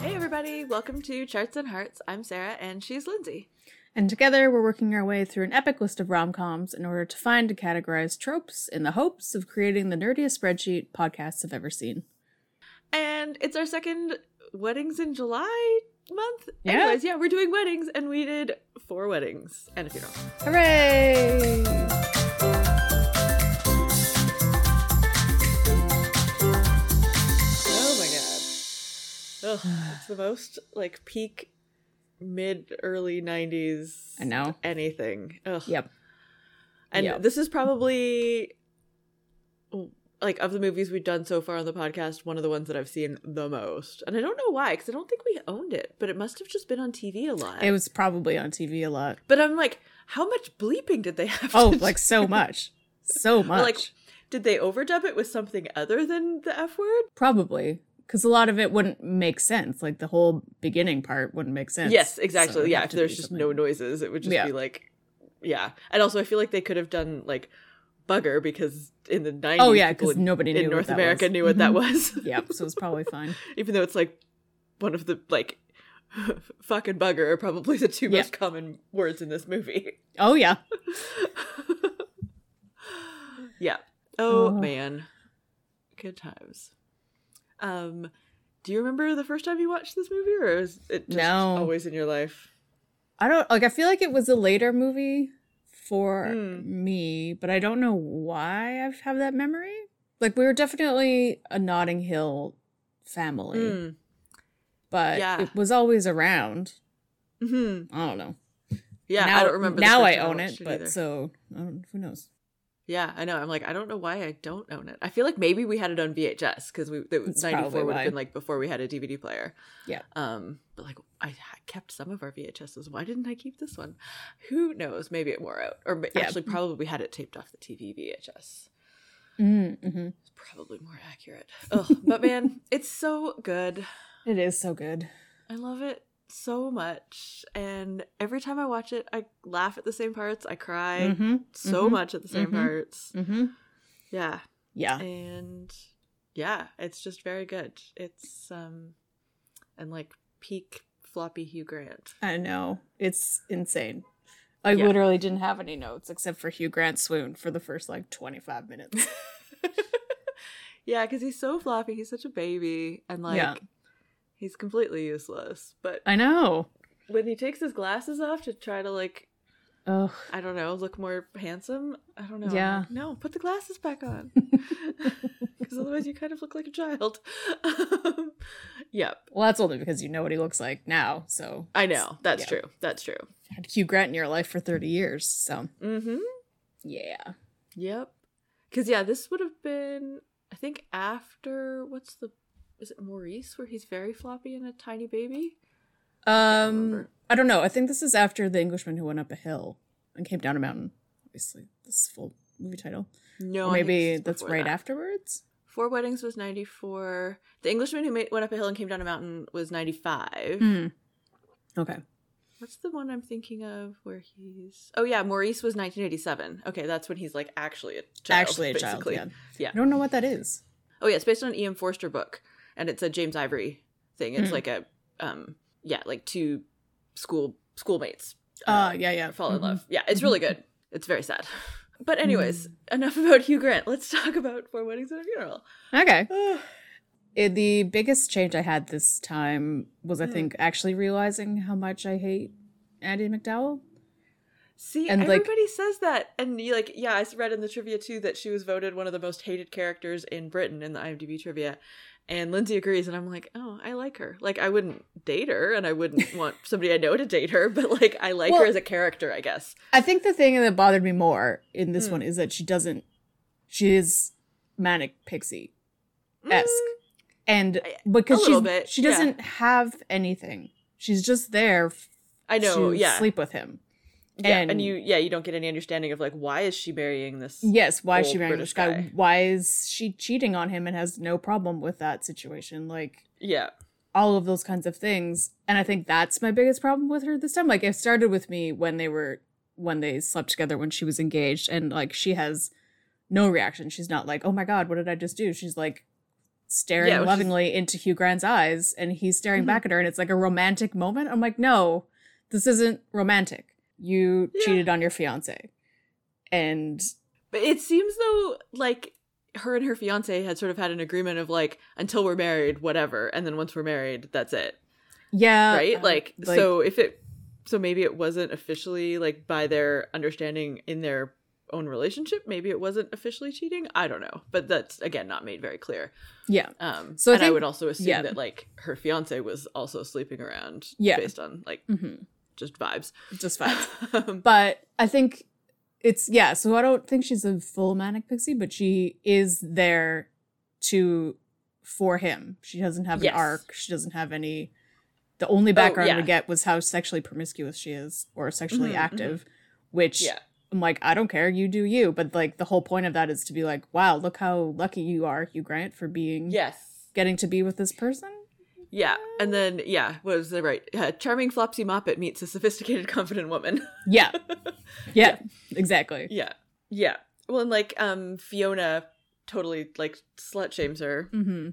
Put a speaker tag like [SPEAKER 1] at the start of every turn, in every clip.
[SPEAKER 1] everybody. Welcome to Charts and Hearts. I'm Sarah and she's Lindsay.
[SPEAKER 2] And together, we're working our way through an epic list of rom coms in order to find and categorize tropes in the hopes of creating the nerdiest spreadsheet podcasts have ever seen.
[SPEAKER 1] And it's our second weddings in July month.
[SPEAKER 2] Yeah.
[SPEAKER 1] Anyways, yeah, we're doing weddings and we did four weddings and a funeral.
[SPEAKER 2] Hooray!
[SPEAKER 1] Oh my god. Ugh, it's the most like peak mid early 90s
[SPEAKER 2] I know.
[SPEAKER 1] anything. Ugh.
[SPEAKER 2] Yep.
[SPEAKER 1] And
[SPEAKER 2] Yep.
[SPEAKER 1] this is probably like of the movies we've done so far on the podcast, one of the ones that I've seen the most. And I don't know why, because I don't think we owned it, but it must have just been on TV a lot.
[SPEAKER 2] It was probably on TV a lot.
[SPEAKER 1] but I'm like, how much bleeping did they have?
[SPEAKER 2] Oh,
[SPEAKER 1] to
[SPEAKER 2] like
[SPEAKER 1] do?
[SPEAKER 2] so much. So much.
[SPEAKER 1] like- did they overdub it with something other than the F word?
[SPEAKER 2] probably. Because a lot of it wouldn't make sense. Like the whole beginning part wouldn't make sense.
[SPEAKER 1] yes,
[SPEAKER 2] So
[SPEAKER 1] exactly.
[SPEAKER 2] it'd
[SPEAKER 1] yeah,
[SPEAKER 2] have
[SPEAKER 1] if
[SPEAKER 2] to
[SPEAKER 1] there's
[SPEAKER 2] be
[SPEAKER 1] just
[SPEAKER 2] something-
[SPEAKER 1] no noises, it would just
[SPEAKER 2] Yeah.
[SPEAKER 1] be like, yeah. And also, I feel like they could have done like bugger because in the 90s,
[SPEAKER 2] Oh, yeah,
[SPEAKER 1] people
[SPEAKER 2] because
[SPEAKER 1] in,
[SPEAKER 2] nobody knew
[SPEAKER 1] in
[SPEAKER 2] what
[SPEAKER 1] North
[SPEAKER 2] that
[SPEAKER 1] America
[SPEAKER 2] was.
[SPEAKER 1] knew what that
[SPEAKER 2] Mhm.
[SPEAKER 1] was.
[SPEAKER 2] Yep, so it's probably fine.
[SPEAKER 1] even though it's like one of the like fuck and bugger are probably the two
[SPEAKER 2] Yeah.
[SPEAKER 1] most common words in this movie.
[SPEAKER 2] Oh, yeah.
[SPEAKER 1] yeah. Oh
[SPEAKER 2] Oh.
[SPEAKER 1] man. Good times. Um do you remember the first time you watched this movie or is it just
[SPEAKER 2] No.
[SPEAKER 1] always in your life?
[SPEAKER 2] I don't like I feel like it was a later movie for
[SPEAKER 1] Mm.
[SPEAKER 2] me, but I don't know why I have that memory. Like we were definitely a Notting Hill family,
[SPEAKER 1] Mm.
[SPEAKER 2] but
[SPEAKER 1] yeah.
[SPEAKER 2] it was always around.
[SPEAKER 1] Mhm.
[SPEAKER 2] I don't know.
[SPEAKER 1] Yeah,
[SPEAKER 2] now,
[SPEAKER 1] I don't remember the
[SPEAKER 2] Now
[SPEAKER 1] first
[SPEAKER 2] I
[SPEAKER 1] time
[SPEAKER 2] own it,
[SPEAKER 1] watched
[SPEAKER 2] but
[SPEAKER 1] either.
[SPEAKER 2] so I don't, who knows?
[SPEAKER 1] Yeah, I know. I'm like, I don't know why I don't own it. I feel like maybe we had it on VHS because we that was
[SPEAKER 2] That's
[SPEAKER 1] 94
[SPEAKER 2] probably
[SPEAKER 1] would have
[SPEAKER 2] why.
[SPEAKER 1] been like before we had a DVD player.
[SPEAKER 2] Yeah.
[SPEAKER 1] Um, but like I ha- kept some of our VHSs. Why didn't I keep this one? Who knows? Maybe it wore out, or ma-
[SPEAKER 2] Yeah.
[SPEAKER 1] actually probably had it taped off the TV VHS.
[SPEAKER 2] Mm-hmm.
[SPEAKER 1] It's probably more accurate. Ugh, but man, it's so good.
[SPEAKER 2] It is so good.
[SPEAKER 1] I love it so much, and every time I watch it, I laugh at the same parts. I cry
[SPEAKER 2] hmm
[SPEAKER 1] so
[SPEAKER 2] mhm,
[SPEAKER 1] much at the same
[SPEAKER 2] mhm.
[SPEAKER 1] parts.
[SPEAKER 2] hmm
[SPEAKER 1] Yeah.
[SPEAKER 2] Yeah.
[SPEAKER 1] and yeah it's just very good it's um and like peak floppy hugh grant
[SPEAKER 2] I know. It's insane. I
[SPEAKER 1] Yeah.
[SPEAKER 2] literally didn't have any notes except for Hugh Grant swoon for the first like 25 minutes.
[SPEAKER 1] yeah because he's so floppy he's such a baby and like
[SPEAKER 2] Yeah.
[SPEAKER 1] he's completely useless but
[SPEAKER 2] I know.
[SPEAKER 1] when he takes his glasses off to try to like
[SPEAKER 2] Ugh.
[SPEAKER 1] i don't know look more handsome i don't know I'm
[SPEAKER 2] Yeah.
[SPEAKER 1] like, no put the glasses back on because otherwise you kind of look like a child Um, yep
[SPEAKER 2] Well, that's only because you know what he looks like now. So
[SPEAKER 1] i know that's
[SPEAKER 2] Yeah.
[SPEAKER 1] true that's true
[SPEAKER 2] Had Hugh Grant in your life for thirty years. So
[SPEAKER 1] mm-hmm
[SPEAKER 2] yeah,
[SPEAKER 1] Yep. Because yeah, this would have been I think after what's the is it Maurice where he's very floppy and a tiny baby?
[SPEAKER 2] um,
[SPEAKER 1] remember.
[SPEAKER 2] I don't know. I think this is after the Englishman who went up a hill and came down a mountain. Obviously, this full movie title.
[SPEAKER 1] No,
[SPEAKER 2] or
[SPEAKER 1] I think
[SPEAKER 2] maybe
[SPEAKER 1] this is
[SPEAKER 2] that's
[SPEAKER 1] before
[SPEAKER 2] right
[SPEAKER 1] that.
[SPEAKER 2] afterwards.
[SPEAKER 1] Four Weddings was ninety four. The Englishman who ma- went up a hill and came down a mountain was ninety five.
[SPEAKER 2] Hmm. Okay.
[SPEAKER 1] What's the one I'm thinking of where he's? Oh yeah, Maurice was nineteen eighty seven. Okay, that's when he's like actually a child.
[SPEAKER 2] Actually, a
[SPEAKER 1] basically.
[SPEAKER 2] child. Yeah.
[SPEAKER 1] Yeah.
[SPEAKER 2] I don't know what that is.
[SPEAKER 1] Oh yeah, it's based on an E.M. Forster book, and it's a James Ivory thing. It's
[SPEAKER 2] Mm.
[SPEAKER 1] like a um yeah, like two school schoolmates.
[SPEAKER 2] Uh, yeah, yeah.
[SPEAKER 1] fall in
[SPEAKER 2] Mhm.
[SPEAKER 1] love. Yeah, it's
[SPEAKER 2] Mhm.
[SPEAKER 1] really good. It's very sad. But anyways, enough about Hugh Grant. Let's talk about Four Weddings and a Funeral.
[SPEAKER 2] Mm-hmm. Okay. It, the biggest change I had this time was, I
[SPEAKER 1] Hmm.
[SPEAKER 2] think, actually realizing how much I hate Andy McDowell.
[SPEAKER 1] See,
[SPEAKER 2] And, like-
[SPEAKER 1] everybody says that, and you like, yeah, I read in the trivia too that she was voted one of the most hated characters in Britain in the IMDb trivia, and Lindsay agrees, and I'm like, oh, I like her. Like, I wouldn't date her, and I wouldn't want somebody I know to date her, but like, I like her
[SPEAKER 2] Well-
[SPEAKER 1] as a character, I guess.
[SPEAKER 2] I think the thing that bothered me more in this
[SPEAKER 1] Mm.
[SPEAKER 2] one is that she doesn't. She is manic pixie esque,
[SPEAKER 1] Mm,
[SPEAKER 2] and
[SPEAKER 1] I- a
[SPEAKER 2] because
[SPEAKER 1] little
[SPEAKER 2] she's,
[SPEAKER 1] bit,
[SPEAKER 2] she
[SPEAKER 1] yeah.
[SPEAKER 2] doesn't have anything. She's just there. f-
[SPEAKER 1] I know,
[SPEAKER 2] to
[SPEAKER 1] yeah,
[SPEAKER 2] sleep with him.
[SPEAKER 1] yeah, and,
[SPEAKER 2] and-
[SPEAKER 1] you, yeah, you don't get any understanding of like why is she marrying this?
[SPEAKER 2] Yes, why is
[SPEAKER 1] Old
[SPEAKER 2] she marrying
[SPEAKER 1] British
[SPEAKER 2] this guy?
[SPEAKER 1] guy.
[SPEAKER 2] Why is she cheating on him and has no problem with that situation? Like
[SPEAKER 1] yeah,
[SPEAKER 2] all of those kinds of things. And I think that's my biggest problem with her this time. Like it started with me when they were when they slept together when she was engaged and like she has no reaction. She's not like, "Oh my god, what did I just do?" She's like staring
[SPEAKER 1] Yeah, Mm-hmm. which is-
[SPEAKER 2] lovingly into Hugh Grant's eyes, and he's staring back at her, and it's like a romantic moment. I'm like, no, this isn't romantic. You
[SPEAKER 1] Yeah.
[SPEAKER 2] cheated on your fiance, and
[SPEAKER 1] But it seems though like her and her fiance had sort of had an agreement of like until we're married, whatever, and then once we're married, that's it,
[SPEAKER 2] yeah,
[SPEAKER 1] right?
[SPEAKER 2] uh,
[SPEAKER 1] like, so if it, so maybe it wasn't officially like by their understanding in their own relationship, maybe it wasn't officially cheating. I don't know, but that's again not made very clear.
[SPEAKER 2] yeah,
[SPEAKER 1] Um,
[SPEAKER 2] So
[SPEAKER 1] so
[SPEAKER 2] I
[SPEAKER 1] and I
[SPEAKER 2] think-
[SPEAKER 1] would also assume
[SPEAKER 2] yeah.
[SPEAKER 1] that like her fiance was also sleeping around,
[SPEAKER 2] Yeah.
[SPEAKER 1] based on like
[SPEAKER 2] hmm
[SPEAKER 1] just vibes.
[SPEAKER 2] just fine.
[SPEAKER 1] Um,
[SPEAKER 2] but I think it's yeah. So I don't think she's a full manic pixie, but she is there to for him. She doesn't have
[SPEAKER 1] Yes. Oh,
[SPEAKER 2] an arc. She doesn't have any. The only background
[SPEAKER 1] yeah.
[SPEAKER 2] we get was how sexually promiscuous she is or sexually
[SPEAKER 1] Mhm,
[SPEAKER 2] active, which
[SPEAKER 1] yeah,
[SPEAKER 2] I'm like, I don't care. You do you. But like the whole point of that is to be like, wow, look how lucky you are, Hugh Grant, for being
[SPEAKER 1] yes.
[SPEAKER 2] getting to be with this person.
[SPEAKER 1] Yeah, and then yeah, what was the right? Uh, charming flopsy moppet meets a sophisticated, confident woman.
[SPEAKER 2] Yeah. yeah. Exactly.
[SPEAKER 1] yeah, yeah. Well, and like um, Fiona totally like slut shames her.
[SPEAKER 2] Mm-hmm.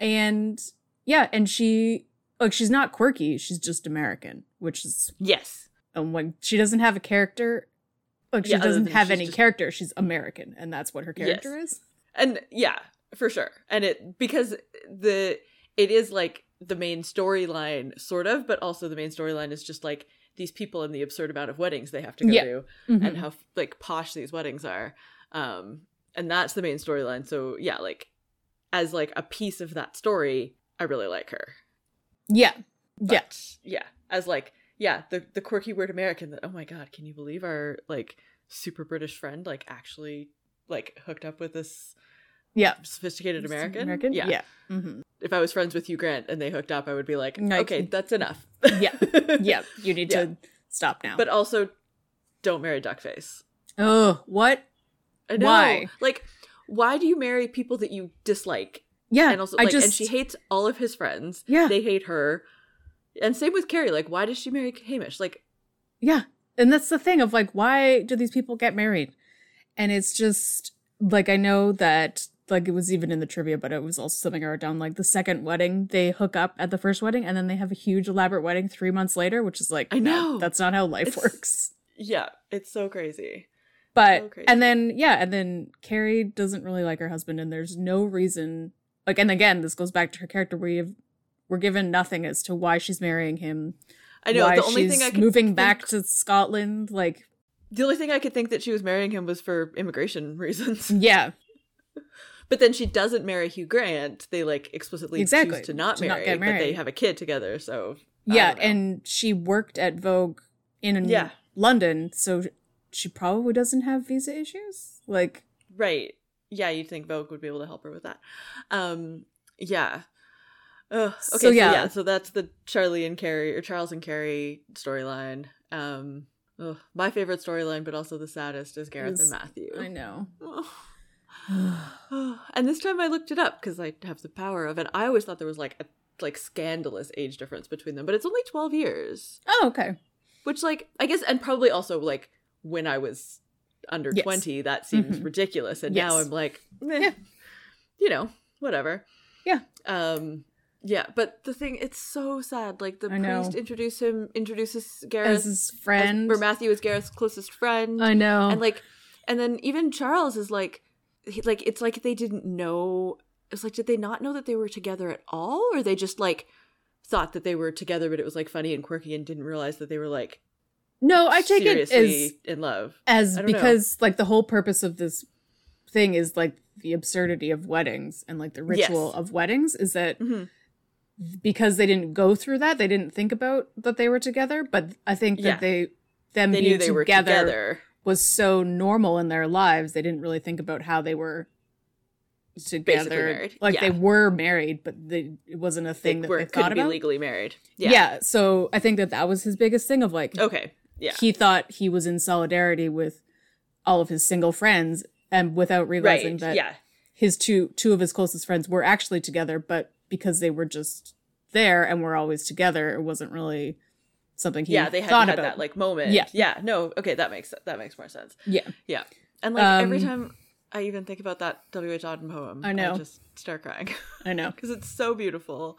[SPEAKER 2] And yeah, and she like she's not quirky. She's just American, which is
[SPEAKER 1] Yes,
[SPEAKER 2] and when she doesn't have a character, like she
[SPEAKER 1] Yeah, other
[SPEAKER 2] doesn't
[SPEAKER 1] than
[SPEAKER 2] have
[SPEAKER 1] she's
[SPEAKER 2] any
[SPEAKER 1] just-
[SPEAKER 2] character. She's American, and that's what her character is.
[SPEAKER 1] and yeah, for sure. And it because the it is like the main storyline, sort of, but also the main storyline is just like these people and the absurd amount of weddings they have to go
[SPEAKER 2] Yeah.
[SPEAKER 1] to,
[SPEAKER 2] Mhm.
[SPEAKER 1] and how like posh these weddings are. Um, and that's the main storyline. So yeah, like as like a piece of that story, I really like her.
[SPEAKER 2] yeah, yeah,
[SPEAKER 1] But, yeah. As like, yeah, the the quirky weird American that oh my god, can you believe our like super British friend like actually like hooked up with this
[SPEAKER 2] yeah.
[SPEAKER 1] sophisticated American?
[SPEAKER 2] American,
[SPEAKER 1] Yeah.
[SPEAKER 2] yeah, Mhm.
[SPEAKER 1] If I was friends with Hugh Grant and they hooked up, I would be like,
[SPEAKER 2] No, you
[SPEAKER 1] okay,
[SPEAKER 2] can't-
[SPEAKER 1] that's enough.
[SPEAKER 2] Yeah. yeah. You need to stop now.
[SPEAKER 1] But also, don't marry Duckface.
[SPEAKER 2] oh, what?
[SPEAKER 1] I know.
[SPEAKER 2] Why?
[SPEAKER 1] Like, why do you marry people that you dislike?
[SPEAKER 2] Yeah,
[SPEAKER 1] And also,
[SPEAKER 2] I
[SPEAKER 1] like,
[SPEAKER 2] just
[SPEAKER 1] and she hates all of his friends.
[SPEAKER 2] yeah,
[SPEAKER 1] They hate her. And same with Carrie. Like, why does she marry Hamish? Like,
[SPEAKER 2] Yeah. And that's the thing of like, why do these people get married? And it's just like, I know that like it was even in the trivia, but it was also something I wrote down like the second wedding, they hook up at the first wedding and then they have a huge elaborate wedding three months later, which is like,
[SPEAKER 1] I
[SPEAKER 2] no,
[SPEAKER 1] know.
[SPEAKER 2] that's not how life
[SPEAKER 1] It's-
[SPEAKER 2] works.
[SPEAKER 1] yeah, it's so crazy.
[SPEAKER 2] But,
[SPEAKER 1] so crazy.
[SPEAKER 2] and then, yeah, and then Carrie doesn't really like her husband and there's no reason. Like, and again, this goes back to her character. We have, we're given nothing as to why she's marrying him.
[SPEAKER 1] I know
[SPEAKER 2] why
[SPEAKER 1] the only
[SPEAKER 2] she's
[SPEAKER 1] thing I could
[SPEAKER 2] moving
[SPEAKER 1] think-
[SPEAKER 2] back to Scotland. Like,
[SPEAKER 1] the only thing I could think that she was marrying him was for immigration reasons.
[SPEAKER 2] yeah,
[SPEAKER 1] But then she doesn't marry Hugh Grant. They like explicitly
[SPEAKER 2] Exactly,
[SPEAKER 1] choose to not
[SPEAKER 2] to not
[SPEAKER 1] marry,
[SPEAKER 2] get
[SPEAKER 1] but they
[SPEAKER 2] married.
[SPEAKER 1] have a kid together. So I
[SPEAKER 2] Yeah,
[SPEAKER 1] don't know.
[SPEAKER 2] and she worked at Vogue in
[SPEAKER 1] Yeah.
[SPEAKER 2] London, so she probably doesn't have visa issues. Like,
[SPEAKER 1] right, yeah, you'd think Vogue would be able to help her with that. Um, yeah. Ugh, okay,
[SPEAKER 2] So,
[SPEAKER 1] so, yeah.
[SPEAKER 2] yeah.
[SPEAKER 1] so that's the Charlie and Carrie or Charles and Carrie storyline. Um, ugh, my favorite storyline, but also the saddest, is Gareth and
[SPEAKER 2] Is-
[SPEAKER 1] Matthew.
[SPEAKER 2] I know. Oh,
[SPEAKER 1] Oh. and this time I looked it up because I have the power of it. I always thought there was like a like scandalous age difference between them, but it's only twelve years,
[SPEAKER 2] Oh, okay.
[SPEAKER 1] which like I guess, and probably also like when I was under
[SPEAKER 2] Yes.
[SPEAKER 1] twenty, that seems
[SPEAKER 2] Mhm.
[SPEAKER 1] ridiculous, and now
[SPEAKER 2] Yes.
[SPEAKER 1] I'm like, eh,
[SPEAKER 2] Yeah.
[SPEAKER 1] you know, whatever.
[SPEAKER 2] Yeah.
[SPEAKER 1] Um. Yeah, but the thing it's so sad. Like the
[SPEAKER 2] I know.
[SPEAKER 1] priest introduce him introduces
[SPEAKER 2] As
[SPEAKER 1] Gareth
[SPEAKER 2] his
[SPEAKER 1] as-
[SPEAKER 2] friend.
[SPEAKER 1] or Matthew is Gareth's closest friend
[SPEAKER 2] I know.
[SPEAKER 1] and like and then even charles is like he, like it's like they didn't know it's like did they not know that they were together at all or they just like thought that they were together but it was like funny and quirky and didn't realize that they were like
[SPEAKER 2] no, I take it
[SPEAKER 1] seriously
[SPEAKER 2] as
[SPEAKER 1] in love
[SPEAKER 2] as
[SPEAKER 1] I don't know.
[SPEAKER 2] because like the whole purpose of this thing is like the absurdity of weddings and like the
[SPEAKER 1] Yes.
[SPEAKER 2] ritual of weddings is that
[SPEAKER 1] Mhm.
[SPEAKER 2] because they didn't go through that, they didn't think about that they were together. But I think
[SPEAKER 1] Yeah.
[SPEAKER 2] that they them
[SPEAKER 1] they
[SPEAKER 2] being
[SPEAKER 1] knew they were
[SPEAKER 2] together
[SPEAKER 1] together
[SPEAKER 2] was so normal in their lives they didn't really think about how they were together
[SPEAKER 1] married,
[SPEAKER 2] like
[SPEAKER 1] yeah.
[SPEAKER 2] they were married but they, it wasn't a thing that
[SPEAKER 1] were
[SPEAKER 2] they
[SPEAKER 1] couldn't
[SPEAKER 2] thought
[SPEAKER 1] be
[SPEAKER 2] about
[SPEAKER 1] legally married
[SPEAKER 2] yeah. so i think that that was his biggest thing of like
[SPEAKER 1] okay Oh, yeah
[SPEAKER 2] he thought he was in solidarity with all of his single friends and without realizing
[SPEAKER 1] right
[SPEAKER 2] that
[SPEAKER 1] yeah
[SPEAKER 2] his two two of his closest friends were actually together but because they were just there and were always together it wasn't really something he
[SPEAKER 1] yeah they hadn't
[SPEAKER 2] thought
[SPEAKER 1] had
[SPEAKER 2] about
[SPEAKER 1] that like moment
[SPEAKER 2] Yeah.
[SPEAKER 1] yeah no okay that makes that makes more sense
[SPEAKER 2] yeah
[SPEAKER 1] and like every
[SPEAKER 2] Um,
[SPEAKER 1] time I even think about that W.H. Auden poem.
[SPEAKER 2] I know.
[SPEAKER 1] just start crying
[SPEAKER 2] I know.
[SPEAKER 1] because it's so beautiful.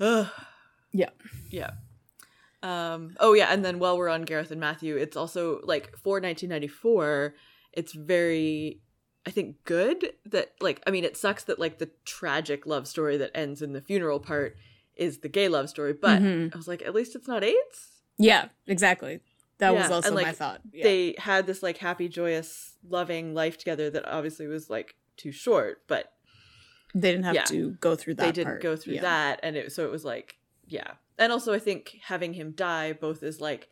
[SPEAKER 1] Ugh.
[SPEAKER 2] Yeah.
[SPEAKER 1] Yeah. Um, oh yeah, and then while we're on Gareth and Matthew, it's also like for 1994, it's very, I think, good that like I mean, it sucks that like the tragic love story that ends in the funeral part is the gay love story, but
[SPEAKER 2] Mhm.
[SPEAKER 1] I was like, at least it's not AIDS.
[SPEAKER 2] Yeah, exactly. That
[SPEAKER 1] Yeah,
[SPEAKER 2] was
[SPEAKER 1] and,
[SPEAKER 2] also my
[SPEAKER 1] like,
[SPEAKER 2] thought. Yeah.
[SPEAKER 1] They had this like happy, joyous, loving life together that obviously was like too short, but
[SPEAKER 2] They didn't have
[SPEAKER 1] yeah.
[SPEAKER 2] to go through that.
[SPEAKER 1] they didn't
[SPEAKER 2] part.
[SPEAKER 1] go through
[SPEAKER 2] Yeah.
[SPEAKER 1] that and it so it was like yeah and also i think having him die both is like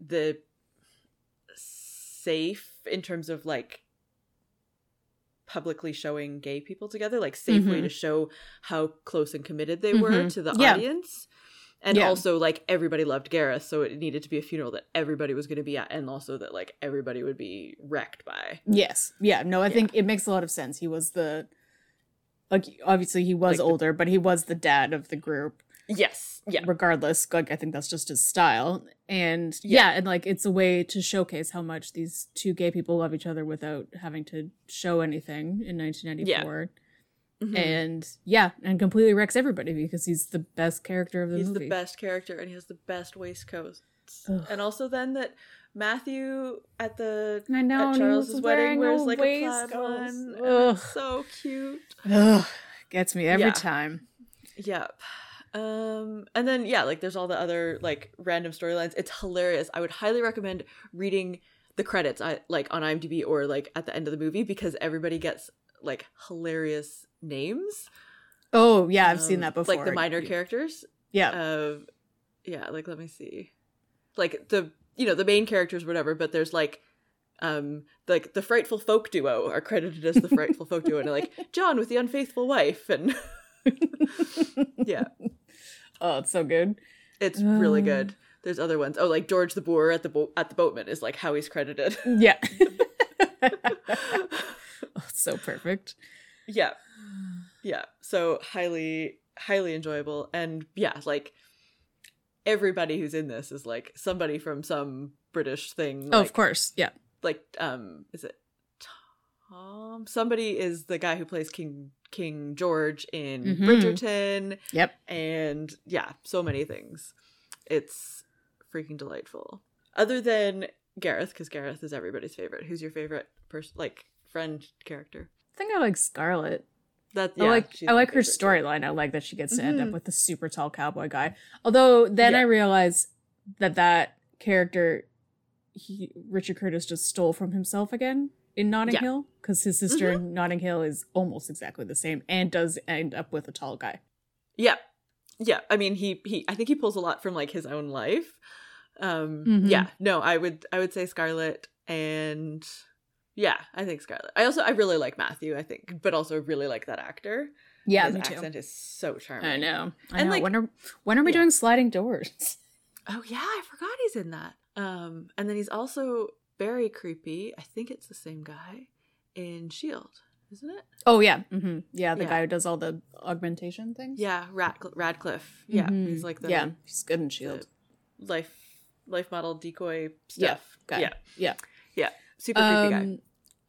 [SPEAKER 1] the safe in terms of like publicly showing gay people together like safe way
[SPEAKER 2] Mhm.
[SPEAKER 1] to show how close and committed they were
[SPEAKER 2] Mhm.
[SPEAKER 1] to the
[SPEAKER 2] Yeah.
[SPEAKER 1] audience and
[SPEAKER 2] Yeah.
[SPEAKER 1] also like everybody loved gareth so it needed to be a funeral that everybody was going to be at and also that like everybody would be wrecked by
[SPEAKER 2] Yes. Yeah. No, I
[SPEAKER 1] Yeah.
[SPEAKER 2] think it makes a lot of sense. He was the like obviously he
[SPEAKER 1] Like
[SPEAKER 2] was
[SPEAKER 1] the-
[SPEAKER 2] older, but he was the dad of the group.
[SPEAKER 1] yes yeah
[SPEAKER 2] Regardless, like I think that's just his style. And
[SPEAKER 1] Yeah.
[SPEAKER 2] yeah. and like it's a way to showcase how much these two gay people love each other without having to show anything in 1994.
[SPEAKER 1] Mhm.
[SPEAKER 2] And yeah, and completely wrecks everybody because he's the best character of the
[SPEAKER 1] he's
[SPEAKER 2] movie.
[SPEAKER 1] the best character and he has the best waistcoats
[SPEAKER 2] Ugh.
[SPEAKER 1] and also then that matthew at the
[SPEAKER 2] I know.
[SPEAKER 1] at
[SPEAKER 2] and he
[SPEAKER 1] charles's
[SPEAKER 2] was
[SPEAKER 1] wedding
[SPEAKER 2] wearing
[SPEAKER 1] wears
[SPEAKER 2] a
[SPEAKER 1] like a plaid
[SPEAKER 2] waistcoat.
[SPEAKER 1] one and
[SPEAKER 2] Ugh.
[SPEAKER 1] it's so cute
[SPEAKER 2] Ugh. Gets me every
[SPEAKER 1] Yeah.
[SPEAKER 2] time.
[SPEAKER 1] yep um and then yeah like there's all the other like random storylines it's hilarious i would highly recommend reading the credits i like on imdb or like at the end of the movie because everybody gets like hilarious names
[SPEAKER 2] Oh yeah, I've
[SPEAKER 1] Um,
[SPEAKER 2] seen that before.
[SPEAKER 1] like the minor characters
[SPEAKER 2] Yeah.
[SPEAKER 1] of yeah like let me see like the you know the main characters whatever but there's like um like the frightful folk duo are credited as the frightful folk duo and like john with the unfaithful wife and yeah
[SPEAKER 2] Oh, it's so good.
[SPEAKER 1] it's really
[SPEAKER 2] Uh.
[SPEAKER 1] good there's other ones oh like george the boer at the bo- at the boatman is like how he's credited
[SPEAKER 2] Yeah. oh, it's so perfect.
[SPEAKER 1] yeah yeah so highly highly enjoyable and yeah like everybody who's in this is like somebody from some british thing
[SPEAKER 2] oh,
[SPEAKER 1] like,
[SPEAKER 2] of course. Yeah.
[SPEAKER 1] like um is it Tom somebody is the guy who plays King King George in
[SPEAKER 2] Mhm.
[SPEAKER 1] Bridgerton
[SPEAKER 2] Yep.
[SPEAKER 1] and yeah so many things it's freaking delightful other than Gareth cuz Gareth is everybody's favorite who's your favorite person like friend character
[SPEAKER 2] I think I like Scarlet.
[SPEAKER 1] that
[SPEAKER 2] I
[SPEAKER 1] yeah,
[SPEAKER 2] like
[SPEAKER 1] she's
[SPEAKER 2] I
[SPEAKER 1] my
[SPEAKER 2] like her
[SPEAKER 1] favorite, too.
[SPEAKER 2] storyline. I like that she gets to end
[SPEAKER 1] Mhm.
[SPEAKER 2] up with the super tall cowboy guy. Although then
[SPEAKER 1] Yeah.
[SPEAKER 2] I realized that that character he Richard Curtis just stole from himself again in Notting
[SPEAKER 1] Yeah. Mm-hmm.
[SPEAKER 2] Hill because his sister in Notting Hill is almost exactly the same and does end up with a tall guy.
[SPEAKER 1] Yeah. Yeah. I mean he he I think he pulls a lot from like his own life. Um
[SPEAKER 2] Mhm.
[SPEAKER 1] yeah. No, I would I would say Scarlet and yeah, I think Scarlet. I also I really like Matthew, I think, but also really like that actor.
[SPEAKER 2] Yeah,
[SPEAKER 1] His
[SPEAKER 2] me too.
[SPEAKER 1] accent is so charming.
[SPEAKER 2] I know. I
[SPEAKER 1] And,
[SPEAKER 2] know.
[SPEAKER 1] like-
[SPEAKER 2] when are when are we
[SPEAKER 1] Yeah.
[SPEAKER 2] doing sliding doors?
[SPEAKER 1] Oh yeah, I forgot he's in that. Um and then he's also very creepy. I think it's the same guy in Shield, E isn't it?
[SPEAKER 2] Oh yeah, hmm yeah. The
[SPEAKER 1] Yeah.
[SPEAKER 2] guy who does all the augmentation things.
[SPEAKER 1] Yeah, Radcl- Radcliffe. Yeah,
[SPEAKER 2] Mhm.
[SPEAKER 1] he's like the
[SPEAKER 2] yeah. He's good in Shield.
[SPEAKER 1] life life model decoy
[SPEAKER 2] Yeah,
[SPEAKER 1] stuff.
[SPEAKER 2] guy.
[SPEAKER 1] Yeah.
[SPEAKER 2] Yeah.
[SPEAKER 1] Super creepy guy.
[SPEAKER 2] Um,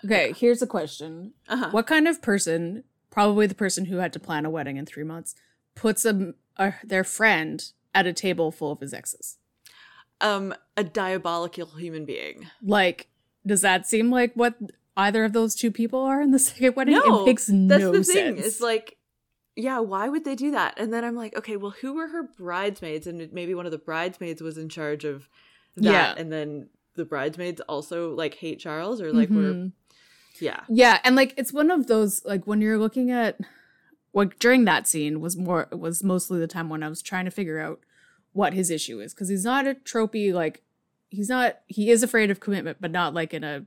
[SPEAKER 2] okay, here's a question:
[SPEAKER 1] Uh-huh.
[SPEAKER 2] What kind of person, probably the person who had to plan a wedding in three months, puts a, a their friend at a table full of his exes?
[SPEAKER 1] um a diabolical human being
[SPEAKER 2] Like, does that seem like what either of those two people are in the second wedding?
[SPEAKER 1] No,
[SPEAKER 2] it makes
[SPEAKER 1] that's
[SPEAKER 2] no
[SPEAKER 1] the thing
[SPEAKER 2] sense.
[SPEAKER 1] it's like yeah why would they do that and then i'm like okay well who were her bridesmaids and maybe one of the bridesmaids was in charge of that
[SPEAKER 2] Yeah.
[SPEAKER 1] and then the bridesmaids also like hate charles or like were
[SPEAKER 2] Mhm.
[SPEAKER 1] yeah
[SPEAKER 2] Yeah, and like it's one of those like when you're looking at like during that scene was more was mostly the time when I was trying to figure out what his issue is because he's not a tropey like he's not he is afraid of commitment but not like in a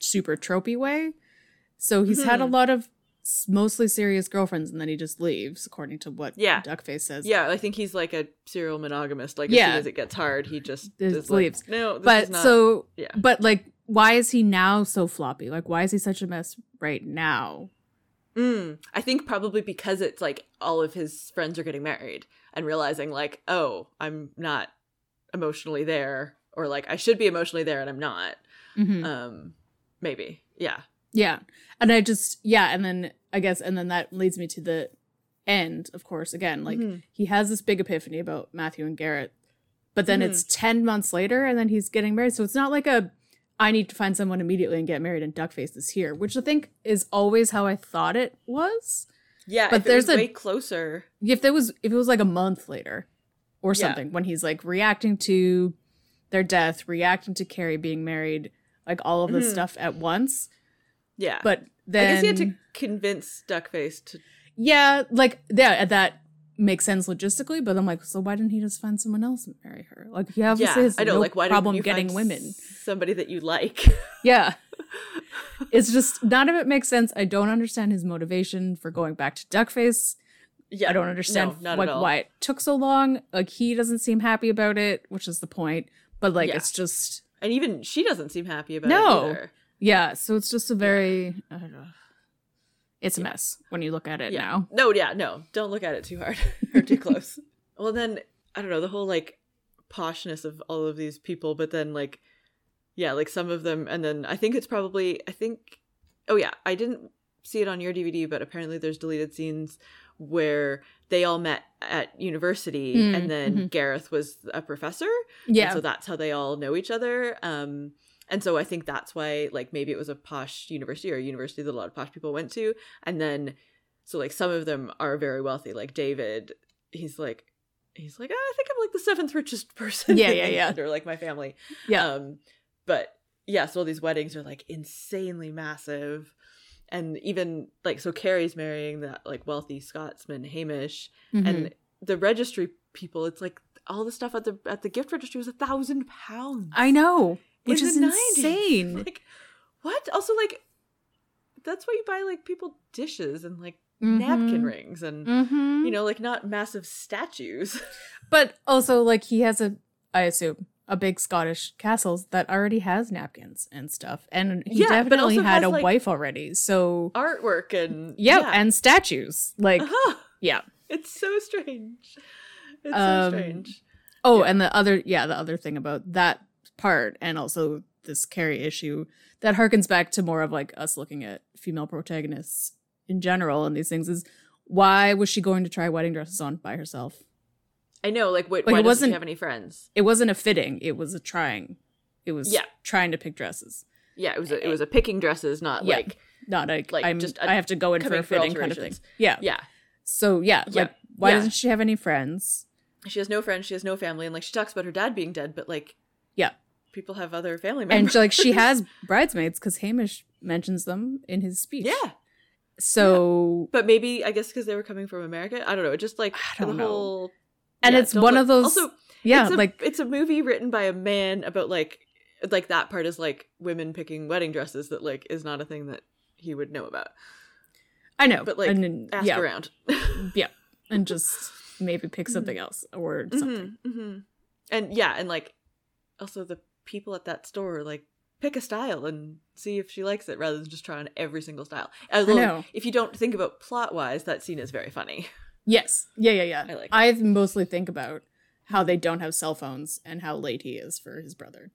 [SPEAKER 2] super tropey way. So he's had a
[SPEAKER 1] Mhm.
[SPEAKER 2] lot of s- mostly serious girlfriends and then he just leaves according to what
[SPEAKER 1] Yeah.
[SPEAKER 2] Duckface says.
[SPEAKER 1] yeah i think he's like a serial monogamist like as
[SPEAKER 2] Yeah.
[SPEAKER 1] soon as it gets hard he just
[SPEAKER 2] Just
[SPEAKER 1] is like,
[SPEAKER 2] leaves.
[SPEAKER 1] no this is
[SPEAKER 2] but
[SPEAKER 1] not
[SPEAKER 2] so
[SPEAKER 1] yeah.
[SPEAKER 2] but like why is he now so floppy? Like why is he such a mess right now?
[SPEAKER 1] Mm, I think probably because it's like all of his friends are getting married and realizing like, oh, I'm not emotionally
[SPEAKER 2] Mm-hmm.
[SPEAKER 1] there, or like I should be emotionally there and I'm not.
[SPEAKER 2] Mhm.
[SPEAKER 1] Um, maybe, yeah,
[SPEAKER 2] Yeah. And I just, yeah. And then I guess, and then that leads me to the end, of course, again. Like
[SPEAKER 1] Mhm.
[SPEAKER 2] he has this big epiphany about Matthew and Garrett, but then
[SPEAKER 1] Mhm.
[SPEAKER 2] it's 10 months later and then he's getting married. So it's not like a, I need to find someone immediately and get married and Duckface is here, which I think is always how I thought it was.
[SPEAKER 1] Yeah,
[SPEAKER 2] But
[SPEAKER 1] but there's
[SPEAKER 2] there's a-
[SPEAKER 1] way closer.
[SPEAKER 2] If there was, if it was like a month later or
[SPEAKER 1] Yeah.
[SPEAKER 2] something when he's like reacting to their death, reacting to Carrie being married, like all of this
[SPEAKER 1] Mhm.
[SPEAKER 2] stuff at once.
[SPEAKER 1] Yeah,
[SPEAKER 2] But then
[SPEAKER 1] I guess he had to convince Duckface to.
[SPEAKER 2] Yeah, like yeah, that makes sense logistically, but I'm like, so why didn't he just find someone else and marry her? Like he
[SPEAKER 1] Yeah,
[SPEAKER 2] obviously has
[SPEAKER 1] I know.
[SPEAKER 2] no
[SPEAKER 1] like, why
[SPEAKER 2] problem
[SPEAKER 1] don't you
[SPEAKER 2] getting
[SPEAKER 1] find
[SPEAKER 2] women.
[SPEAKER 1] Somebody that you like.
[SPEAKER 2] Yeah. it's just none of it makes sense. I don't understand his motivation for going back to Duckface.
[SPEAKER 1] yeah,
[SPEAKER 2] I don't understand
[SPEAKER 1] No, not
[SPEAKER 2] like
[SPEAKER 1] at all.
[SPEAKER 2] why it took so long. Like he doesn't seem happy about it, which is the point. But like
[SPEAKER 1] Yeah.
[SPEAKER 2] it's just
[SPEAKER 1] And even she doesn't seem happy about
[SPEAKER 2] No.
[SPEAKER 1] it either.
[SPEAKER 2] yeah, so it's just a very I don't know. It's a mess when you look at it
[SPEAKER 1] Yeah.
[SPEAKER 2] now.
[SPEAKER 1] No, yeah, no. Don't look at it too hard or too close. Well, then I don't know the whole like poshness of all of these people, but then like yeah, like some of them, and then I think it's probably I think oh yeah, I didn't see it on your DVD, but apparently there's deleted scenes where they all met at university,
[SPEAKER 2] Mm,
[SPEAKER 1] and then
[SPEAKER 2] mhm.
[SPEAKER 1] Gareth was a professor, and
[SPEAKER 2] Yeah.
[SPEAKER 1] so that's how they all know each other. Um, and so I think that's why, like, maybe it was a posh university or a university that a lot of posh people went to. And then, so like, some of them are very wealthy. Like David, he's like, he's like, "Ah, I think I'm like the seventh richest person.
[SPEAKER 2] Yeah,
[SPEAKER 1] in
[SPEAKER 2] yeah, yeah.
[SPEAKER 1] England Or like my family.
[SPEAKER 2] yeah.
[SPEAKER 1] Um, but yeah, so all these weddings are like insanely massive. And even like, so Carrie's marrying that like wealthy Scotsman Hamish,
[SPEAKER 2] Mhm.
[SPEAKER 1] and the registry people it's like all the stuff at the at the gift registry was a thousand pounds
[SPEAKER 2] I know,
[SPEAKER 1] In
[SPEAKER 2] which
[SPEAKER 1] the
[SPEAKER 2] is
[SPEAKER 1] 90s.
[SPEAKER 2] insane.
[SPEAKER 1] like what also like that's why you buy like people dishes and like napkin rings and
[SPEAKER 2] Mm-hmm.
[SPEAKER 1] you know like not massive statues
[SPEAKER 2] but also like he has a, I assume, a big Scottish castle that already has napkins and stuff, and he
[SPEAKER 1] Yeah, but
[SPEAKER 2] definitely
[SPEAKER 1] also
[SPEAKER 2] had
[SPEAKER 1] has,
[SPEAKER 2] a
[SPEAKER 1] like-
[SPEAKER 2] wife already. So
[SPEAKER 1] artwork and
[SPEAKER 2] yep,
[SPEAKER 1] yeah
[SPEAKER 2] and statues like
[SPEAKER 1] uh-huh.
[SPEAKER 2] yeah.
[SPEAKER 1] it's so strange it's
[SPEAKER 2] Um,
[SPEAKER 1] so strange
[SPEAKER 2] oh,
[SPEAKER 1] yeah.
[SPEAKER 2] and the other yeah, the other thing about that part, and also this Carrie issue that harkens back to more of like us looking at female protagonists in general and these things is why was she going to try wedding dresses on by herself?
[SPEAKER 1] i know like what
[SPEAKER 2] like,
[SPEAKER 1] why
[SPEAKER 2] it
[SPEAKER 1] doesn't
[SPEAKER 2] wasn't-
[SPEAKER 1] she have any friends
[SPEAKER 2] it wasn't a fitting it was a trying it was
[SPEAKER 1] Yeah.
[SPEAKER 2] trying to pick dresses
[SPEAKER 1] yeah it was a, it was a picking dresses not
[SPEAKER 2] eh, Yeah.
[SPEAKER 1] like
[SPEAKER 2] not like,
[SPEAKER 1] Like,
[SPEAKER 2] i'm
[SPEAKER 1] just
[SPEAKER 2] just i have to go in for
[SPEAKER 1] coming
[SPEAKER 2] a
[SPEAKER 1] for
[SPEAKER 2] fitting kind of thing
[SPEAKER 1] alterations.
[SPEAKER 2] yeah
[SPEAKER 1] yeah
[SPEAKER 2] so yeah,
[SPEAKER 1] Yeah.
[SPEAKER 2] like why
[SPEAKER 1] Yeah.
[SPEAKER 2] doesn't she have any friends
[SPEAKER 1] she has no friends she has no family and like she talks about her dad being dead but like
[SPEAKER 2] Yeah.
[SPEAKER 1] people have other family
[SPEAKER 2] and
[SPEAKER 1] members
[SPEAKER 2] she, like she has bridesmaids because hamish mentions them in his speech
[SPEAKER 1] yeah
[SPEAKER 2] so
[SPEAKER 1] but maybe i guess because they were coming from america i don't know it just like
[SPEAKER 2] I don't
[SPEAKER 1] the
[SPEAKER 2] know.
[SPEAKER 1] whole
[SPEAKER 2] And
[SPEAKER 1] yeah,
[SPEAKER 2] it's
[SPEAKER 1] don't
[SPEAKER 2] one
[SPEAKER 1] look-
[SPEAKER 2] of those-
[SPEAKER 1] also
[SPEAKER 2] yeah
[SPEAKER 1] it's a,
[SPEAKER 2] like
[SPEAKER 1] it's a movie written by a man about like like that part is like women picking wedding dresses that like is not a thing that he would know about
[SPEAKER 2] i know
[SPEAKER 1] but, like,
[SPEAKER 2] and, then-
[SPEAKER 1] ask
[SPEAKER 2] yeah
[SPEAKER 1] around Mm-hmm.
[SPEAKER 2] yeah and just maybe pick something else or something
[SPEAKER 1] Mhm, mhm. and yeah and like also the people at that store like pick a style and see if she likes it rather than just try on every single style Although,
[SPEAKER 2] know.
[SPEAKER 1] if you don't think about plot wise that scene is very funny
[SPEAKER 2] yes yeah yeah yeah
[SPEAKER 1] I like
[SPEAKER 2] i mostly think about how they don't have cell phones and how late he is for his brother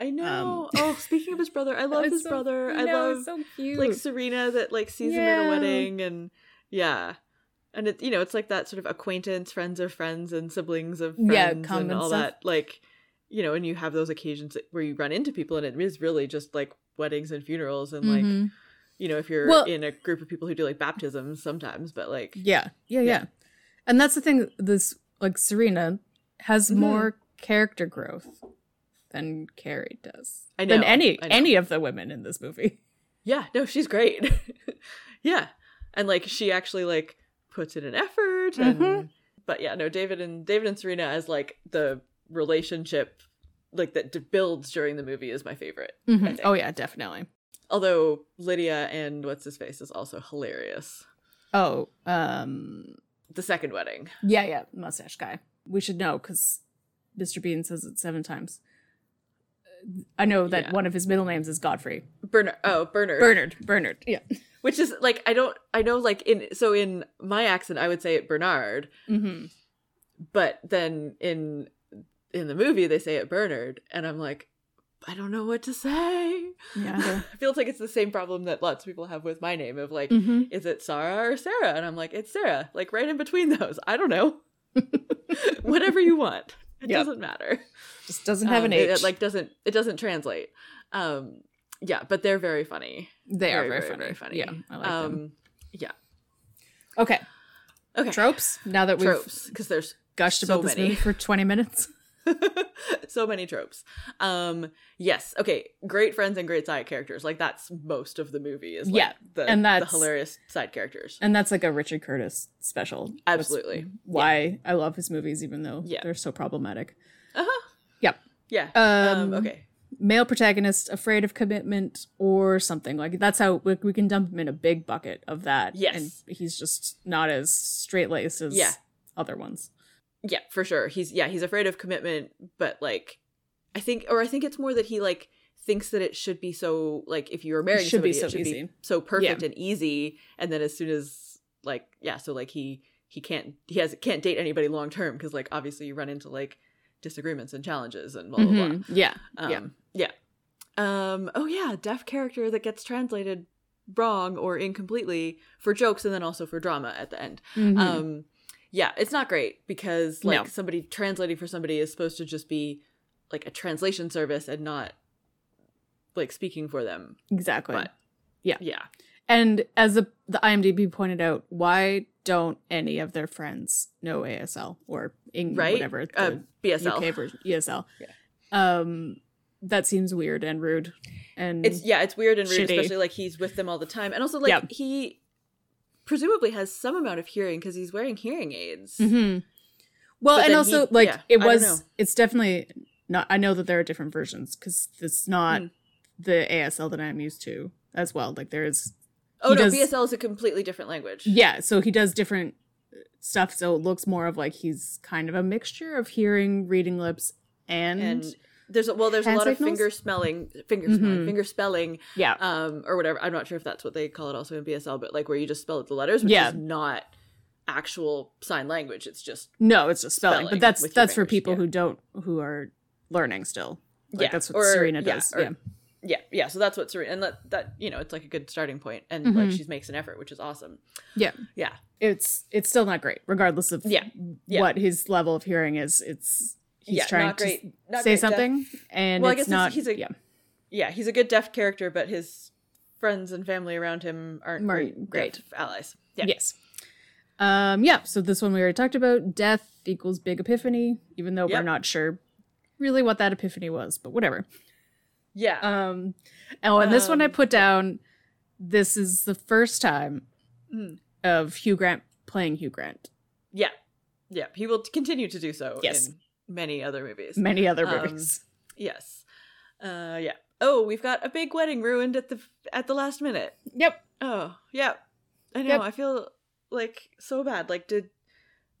[SPEAKER 1] i know oh speaking of his brother i love
[SPEAKER 2] It's
[SPEAKER 1] his
[SPEAKER 2] so-
[SPEAKER 1] brother i
[SPEAKER 2] know,
[SPEAKER 1] love
[SPEAKER 2] it's so cute
[SPEAKER 1] like serena that like sees him at a
[SPEAKER 2] Yeah.
[SPEAKER 1] wedding and yeah and it you know it's like that sort of acquaintance friends of friends and siblings of friends
[SPEAKER 2] Yeah,
[SPEAKER 1] and
[SPEAKER 2] common
[SPEAKER 1] all
[SPEAKER 2] stuff.
[SPEAKER 1] that like you know and you have those occasions where you run into people and it is really just like weddings and funerals and like
[SPEAKER 2] Mhm.
[SPEAKER 1] you know if you're
[SPEAKER 2] Well-
[SPEAKER 1] in a group of people who do like baptisms sometimes but like
[SPEAKER 2] yeah, yeah, yeah,
[SPEAKER 1] Yeah.
[SPEAKER 2] And that's the thing. This like Serena has
[SPEAKER 1] Mhm.
[SPEAKER 2] more character growth than Carrie does.
[SPEAKER 1] I
[SPEAKER 2] Than
[SPEAKER 1] know,
[SPEAKER 2] any
[SPEAKER 1] I know.
[SPEAKER 2] any of the women in this movie.
[SPEAKER 1] yeah no she's great yeah and like she actually like puts in an effort and
[SPEAKER 2] Mhm.
[SPEAKER 1] but yeah no david and david and serena as like the relationship like that d- builds during the movie is my favorite think.
[SPEAKER 2] Oh yeah, definitely.
[SPEAKER 1] although lydia and what's his face is also hilarious
[SPEAKER 2] Oh, um,
[SPEAKER 1] the second wedding
[SPEAKER 2] yeah, yeah, mustache guy. We should know because Mr. Bean says it seven times. I know that
[SPEAKER 1] Yeah.
[SPEAKER 2] one of his middle names is Godfrey.
[SPEAKER 1] bernard oh bernard
[SPEAKER 2] Bernard. Bernard. Yeah.
[SPEAKER 1] which is like i don't i know like in so in my accent i would say it bernard
[SPEAKER 2] Mm-hmm.
[SPEAKER 1] but then in in the movie they say it Bernard, and I'm like, I don't know what to say.
[SPEAKER 2] Yeah.
[SPEAKER 1] I feel like it's the same problem that lots of people have with my name of like,
[SPEAKER 2] Mhm.
[SPEAKER 1] is it Sarah or Sarah? And I'm like, it's Sarah. Like right in between those. I don't know. Whatever you want. It
[SPEAKER 2] Yep.
[SPEAKER 1] doesn't matter.
[SPEAKER 2] Just doesn't have an
[SPEAKER 1] Um,
[SPEAKER 2] H.
[SPEAKER 1] It, it, like doesn't it doesn't translate. Um yeah, but they're very funny.
[SPEAKER 2] they
[SPEAKER 1] very,
[SPEAKER 2] are very,
[SPEAKER 1] very, very
[SPEAKER 2] funny.
[SPEAKER 1] funny.
[SPEAKER 2] Yeah, I like
[SPEAKER 1] um
[SPEAKER 2] them.
[SPEAKER 1] yeah.
[SPEAKER 2] Okay,
[SPEAKER 1] Um, Okay.
[SPEAKER 2] tropes. Now that we've
[SPEAKER 1] tropes because there's
[SPEAKER 2] gushed
[SPEAKER 1] so
[SPEAKER 2] about this
[SPEAKER 1] many.
[SPEAKER 2] movie for twenty minutes.
[SPEAKER 1] so many tropes. Um yes, okay, great friends and great side characters. Like that's most of the movie is like,
[SPEAKER 2] Yeah,
[SPEAKER 1] the,
[SPEAKER 2] and
[SPEAKER 1] the
[SPEAKER 2] that's-
[SPEAKER 1] hilarious side characters.
[SPEAKER 2] And that's like a Richard Curtis special. That's
[SPEAKER 1] Absolutely.
[SPEAKER 2] Why I love his movies, even though
[SPEAKER 1] Yeah.
[SPEAKER 2] they're so problematic.
[SPEAKER 1] Uh-huh.
[SPEAKER 2] Yep.
[SPEAKER 1] Yeah. Um,
[SPEAKER 2] Um,
[SPEAKER 1] okay.
[SPEAKER 2] Male protagonist afraid of commitment or something like that's how we, we can dump him in a big bucket of that.
[SPEAKER 1] Yes.
[SPEAKER 2] and he's just not as straight laced as
[SPEAKER 1] Yeah.
[SPEAKER 2] other ones.
[SPEAKER 1] Yeah, for sure. He's yeah, he's afraid of commitment, but like I think or I think it's more that he like thinks that it should be so like if you were marrying
[SPEAKER 2] should
[SPEAKER 1] somebody
[SPEAKER 2] be so
[SPEAKER 1] it should
[SPEAKER 2] easy.
[SPEAKER 1] be so perfect and easy and then as soon as like yeah, so like he he can't he has can't date anybody long term cuz like obviously you run into like disagreements and challenges and blah blah blah.
[SPEAKER 2] Mhm. Yeah, Yeah.
[SPEAKER 1] Um, yeah. Um, oh yeah, deaf character that gets translated wrong or incompletely for jokes and then also for drama at the end.
[SPEAKER 2] Mhm.
[SPEAKER 1] Um, yeah, it's not great because like
[SPEAKER 2] No.
[SPEAKER 1] somebody translating for somebody is supposed to just be like a translation service and not like speaking for them.
[SPEAKER 2] exactly.
[SPEAKER 1] but- Yeah.
[SPEAKER 2] And as the, the IMDb pointed out, why don't any of their friends know ASL or Eng-
[SPEAKER 1] Right?
[SPEAKER 2] whatever the
[SPEAKER 1] uh, BSL.
[SPEAKER 2] UK version ESL? Um, that seems weird and rude. And
[SPEAKER 1] It's yeah, it's weird and rude,
[SPEAKER 2] Shitty.
[SPEAKER 1] especially like he's with them all the time, and also like
[SPEAKER 2] Yeah.
[SPEAKER 1] he presumably has some amount of hearing because he's wearing hearing aids.
[SPEAKER 2] Mhm. well,
[SPEAKER 1] But
[SPEAKER 2] and
[SPEAKER 1] then
[SPEAKER 2] also
[SPEAKER 1] he-
[SPEAKER 2] like
[SPEAKER 1] yeah,
[SPEAKER 2] it
[SPEAKER 1] I don't
[SPEAKER 2] was.
[SPEAKER 1] know.
[SPEAKER 2] It's definitely not. I know that there are different versions because it's not
[SPEAKER 1] Mm.
[SPEAKER 2] the ASL that I'm used to as well. Like there is
[SPEAKER 1] Oh
[SPEAKER 2] He
[SPEAKER 1] no,
[SPEAKER 2] does-
[SPEAKER 1] BSL is a completely different language.
[SPEAKER 2] Yeah, so he does different stuff. So it looks more of like he's kind of a mixture of hearing, reading lips, and,
[SPEAKER 1] and there's a, well, there's a
[SPEAKER 2] Hand
[SPEAKER 1] lot of
[SPEAKER 2] signals?
[SPEAKER 1] finger smelling, finger
[SPEAKER 2] Mhm.
[SPEAKER 1] smelling, finger spelling,
[SPEAKER 2] yeah,
[SPEAKER 1] um, or whatever. I'm not sure if that's what they call it also in BSL, but like where you just spell out the letters, which
[SPEAKER 2] Yeah.
[SPEAKER 1] is not actual sign language. It's just
[SPEAKER 2] no, it's just spelling. but
[SPEAKER 1] spelling
[SPEAKER 2] that's
[SPEAKER 1] with your
[SPEAKER 2] that's for
[SPEAKER 1] fingers,
[SPEAKER 2] people
[SPEAKER 1] yeah.
[SPEAKER 2] who don't who are learning still. Like
[SPEAKER 1] Yeah,
[SPEAKER 2] that's what
[SPEAKER 1] or-
[SPEAKER 2] Serena
[SPEAKER 1] yeah,
[SPEAKER 2] does.
[SPEAKER 1] or-
[SPEAKER 2] Yeah,
[SPEAKER 1] yeah, yeah. So that's what Serena and that that you know it's like a good starting point, and like
[SPEAKER 2] Mhm.
[SPEAKER 1] she makes an effort, which is awesome.
[SPEAKER 2] yeah,
[SPEAKER 1] Yeah,
[SPEAKER 2] It's it's still not great, regardless of
[SPEAKER 1] Yeah, yeah.
[SPEAKER 2] what his level of hearing is. It's he's
[SPEAKER 1] yeah.
[SPEAKER 2] trying
[SPEAKER 1] not
[SPEAKER 2] to
[SPEAKER 1] great. not
[SPEAKER 2] say
[SPEAKER 1] great deaf-
[SPEAKER 2] something, and
[SPEAKER 1] Well, I
[SPEAKER 2] it's
[SPEAKER 1] guess it's-
[SPEAKER 2] not.
[SPEAKER 1] he's a-
[SPEAKER 2] yeah,
[SPEAKER 1] yeah, he's a good deaf character, but his friends and family around him aren't
[SPEAKER 2] Mar-
[SPEAKER 1] great,
[SPEAKER 2] great.
[SPEAKER 1] deaf allies. Yeah,
[SPEAKER 2] Yes. Um, yeah, so this one we already talked about. Death equals big epiphany, even though we're
[SPEAKER 1] Yep.
[SPEAKER 2] not sure really what that epiphany was, but whatever.
[SPEAKER 1] yeah.
[SPEAKER 2] Um, oh, and this one I
[SPEAKER 1] Um,
[SPEAKER 2] put down this is the first time
[SPEAKER 1] Mm.
[SPEAKER 2] of Hugh Grant playing Hugh Grant.
[SPEAKER 1] Yeah. Yeah. He will t- continue to do so
[SPEAKER 2] Yes.
[SPEAKER 1] in many other movies.
[SPEAKER 2] Many other
[SPEAKER 1] Um,
[SPEAKER 2] movies.
[SPEAKER 1] yes. Uh yeah. Oh, we've got a big wedding ruined at the at the last minute.
[SPEAKER 2] Yep.
[SPEAKER 1] Oh, yeah. I know.
[SPEAKER 2] Yep.
[SPEAKER 1] I feel like so bad. Like did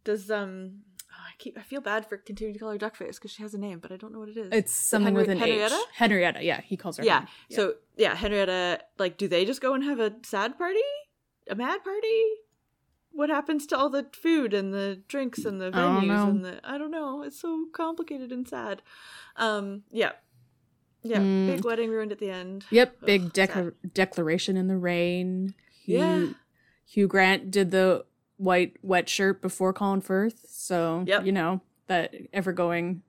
[SPEAKER 1] does um oh, I keep I feel bad for continuing to call her Duckface because she has a name, but I don't know what it is.
[SPEAKER 2] It's something
[SPEAKER 1] Henri-
[SPEAKER 2] with an
[SPEAKER 1] Henrietta?
[SPEAKER 2] H. Henrietta, yeah, he calls her.
[SPEAKER 1] yeah.
[SPEAKER 2] Hen.
[SPEAKER 1] So yeah, Henrietta, like, do they just go and have a sad party? A mad party? What happens to all the food and the drinks and the
[SPEAKER 2] I don't
[SPEAKER 1] venues
[SPEAKER 2] know.
[SPEAKER 1] and the I don't know. It's so complicated and sad. Um, yeah. Yeah.
[SPEAKER 2] Mm.
[SPEAKER 1] Big wedding ruined at the end.
[SPEAKER 2] Yep,
[SPEAKER 1] Ugh, sad.
[SPEAKER 2] big decla- declaration in the rain. He-
[SPEAKER 1] Yeah.
[SPEAKER 2] Hugh Grant did the white wet shirt before Colin Firth, so
[SPEAKER 1] Yep.
[SPEAKER 2] you know that ever going,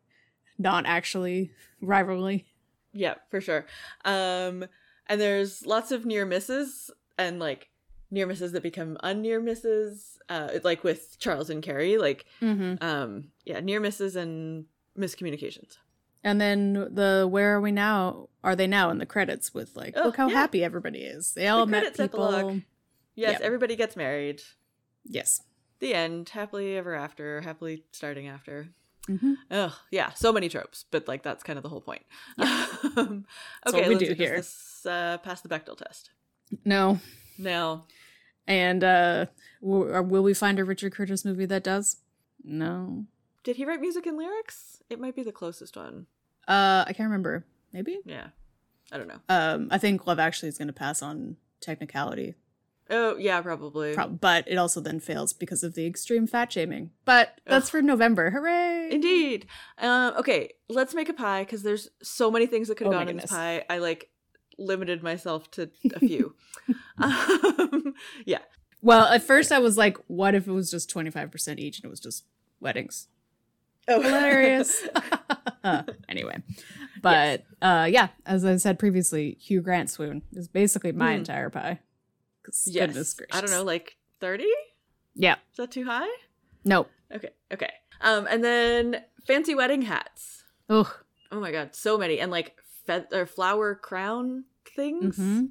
[SPEAKER 2] not actually rivalry.
[SPEAKER 1] Yeah, for sure. Um, and there's lots of near misses and like near misses that become unnear misses. Uh, like with Charles and Carrie, like
[SPEAKER 2] Mm-hmm.
[SPEAKER 1] um, yeah, near misses and miscommunications.
[SPEAKER 2] And then the where are we now? Are they now in the credits with like
[SPEAKER 1] Oh,
[SPEAKER 2] look how
[SPEAKER 1] yeah.
[SPEAKER 2] happy everybody is? They all met
[SPEAKER 1] credits
[SPEAKER 2] people.
[SPEAKER 1] epilogue. Yes,
[SPEAKER 2] Yeah.
[SPEAKER 1] everybody gets married.
[SPEAKER 2] Yes.
[SPEAKER 1] The end, happily ever after, happily starting after.
[SPEAKER 2] Mhm.
[SPEAKER 1] Ugh, yeah, so many tropes, but like that's kind of the whole point. Um,
[SPEAKER 2] That's
[SPEAKER 1] okay,
[SPEAKER 2] what we
[SPEAKER 1] Lindsay,
[SPEAKER 2] do
[SPEAKER 1] does
[SPEAKER 2] here.
[SPEAKER 1] This, uh, pass the Bechdel test.
[SPEAKER 2] No.
[SPEAKER 1] No,
[SPEAKER 2] And uh, w- or will we find a Richard Curtis movie that does? No.
[SPEAKER 1] did he write music and lyrics? It might be the closest one.
[SPEAKER 2] Uh, I can't remember. Maybe.
[SPEAKER 1] Yeah, I don't know.
[SPEAKER 2] Um, I think Love Actually is going to pass on technicality.
[SPEAKER 1] Oh yeah, probably.
[SPEAKER 2] Pro- but it also then fails because of the extreme fat shaming. But that's
[SPEAKER 1] Ugh.
[SPEAKER 2] for November. Hooray!
[SPEAKER 1] Indeed. Um, okay, let's make a pie because there's so many things that could
[SPEAKER 2] Oh
[SPEAKER 1] have
[SPEAKER 2] my
[SPEAKER 1] gone in this
[SPEAKER 2] goodness.
[SPEAKER 1] pie. I like limited myself to a few. um, yeah.
[SPEAKER 2] Well, at first I was like, what if it was just 25% each and it was just weddings?
[SPEAKER 1] Oh,
[SPEAKER 2] Hilarious. anyway. But uh, yeah, as I said previously, Hugh Grant swoon is basically my
[SPEAKER 1] Mhm.
[SPEAKER 2] entire pie. 'Cause
[SPEAKER 1] yes.
[SPEAKER 2] Goodness gracious.
[SPEAKER 1] I don't know, like thirty. Is
[SPEAKER 2] Yeah.
[SPEAKER 1] that too high?
[SPEAKER 2] No.
[SPEAKER 1] Okay. Okay. Um, and then fancy wedding hats.
[SPEAKER 2] Ugh.
[SPEAKER 1] Oh my god, so many and like fe- or flower crown things.
[SPEAKER 2] Mhm.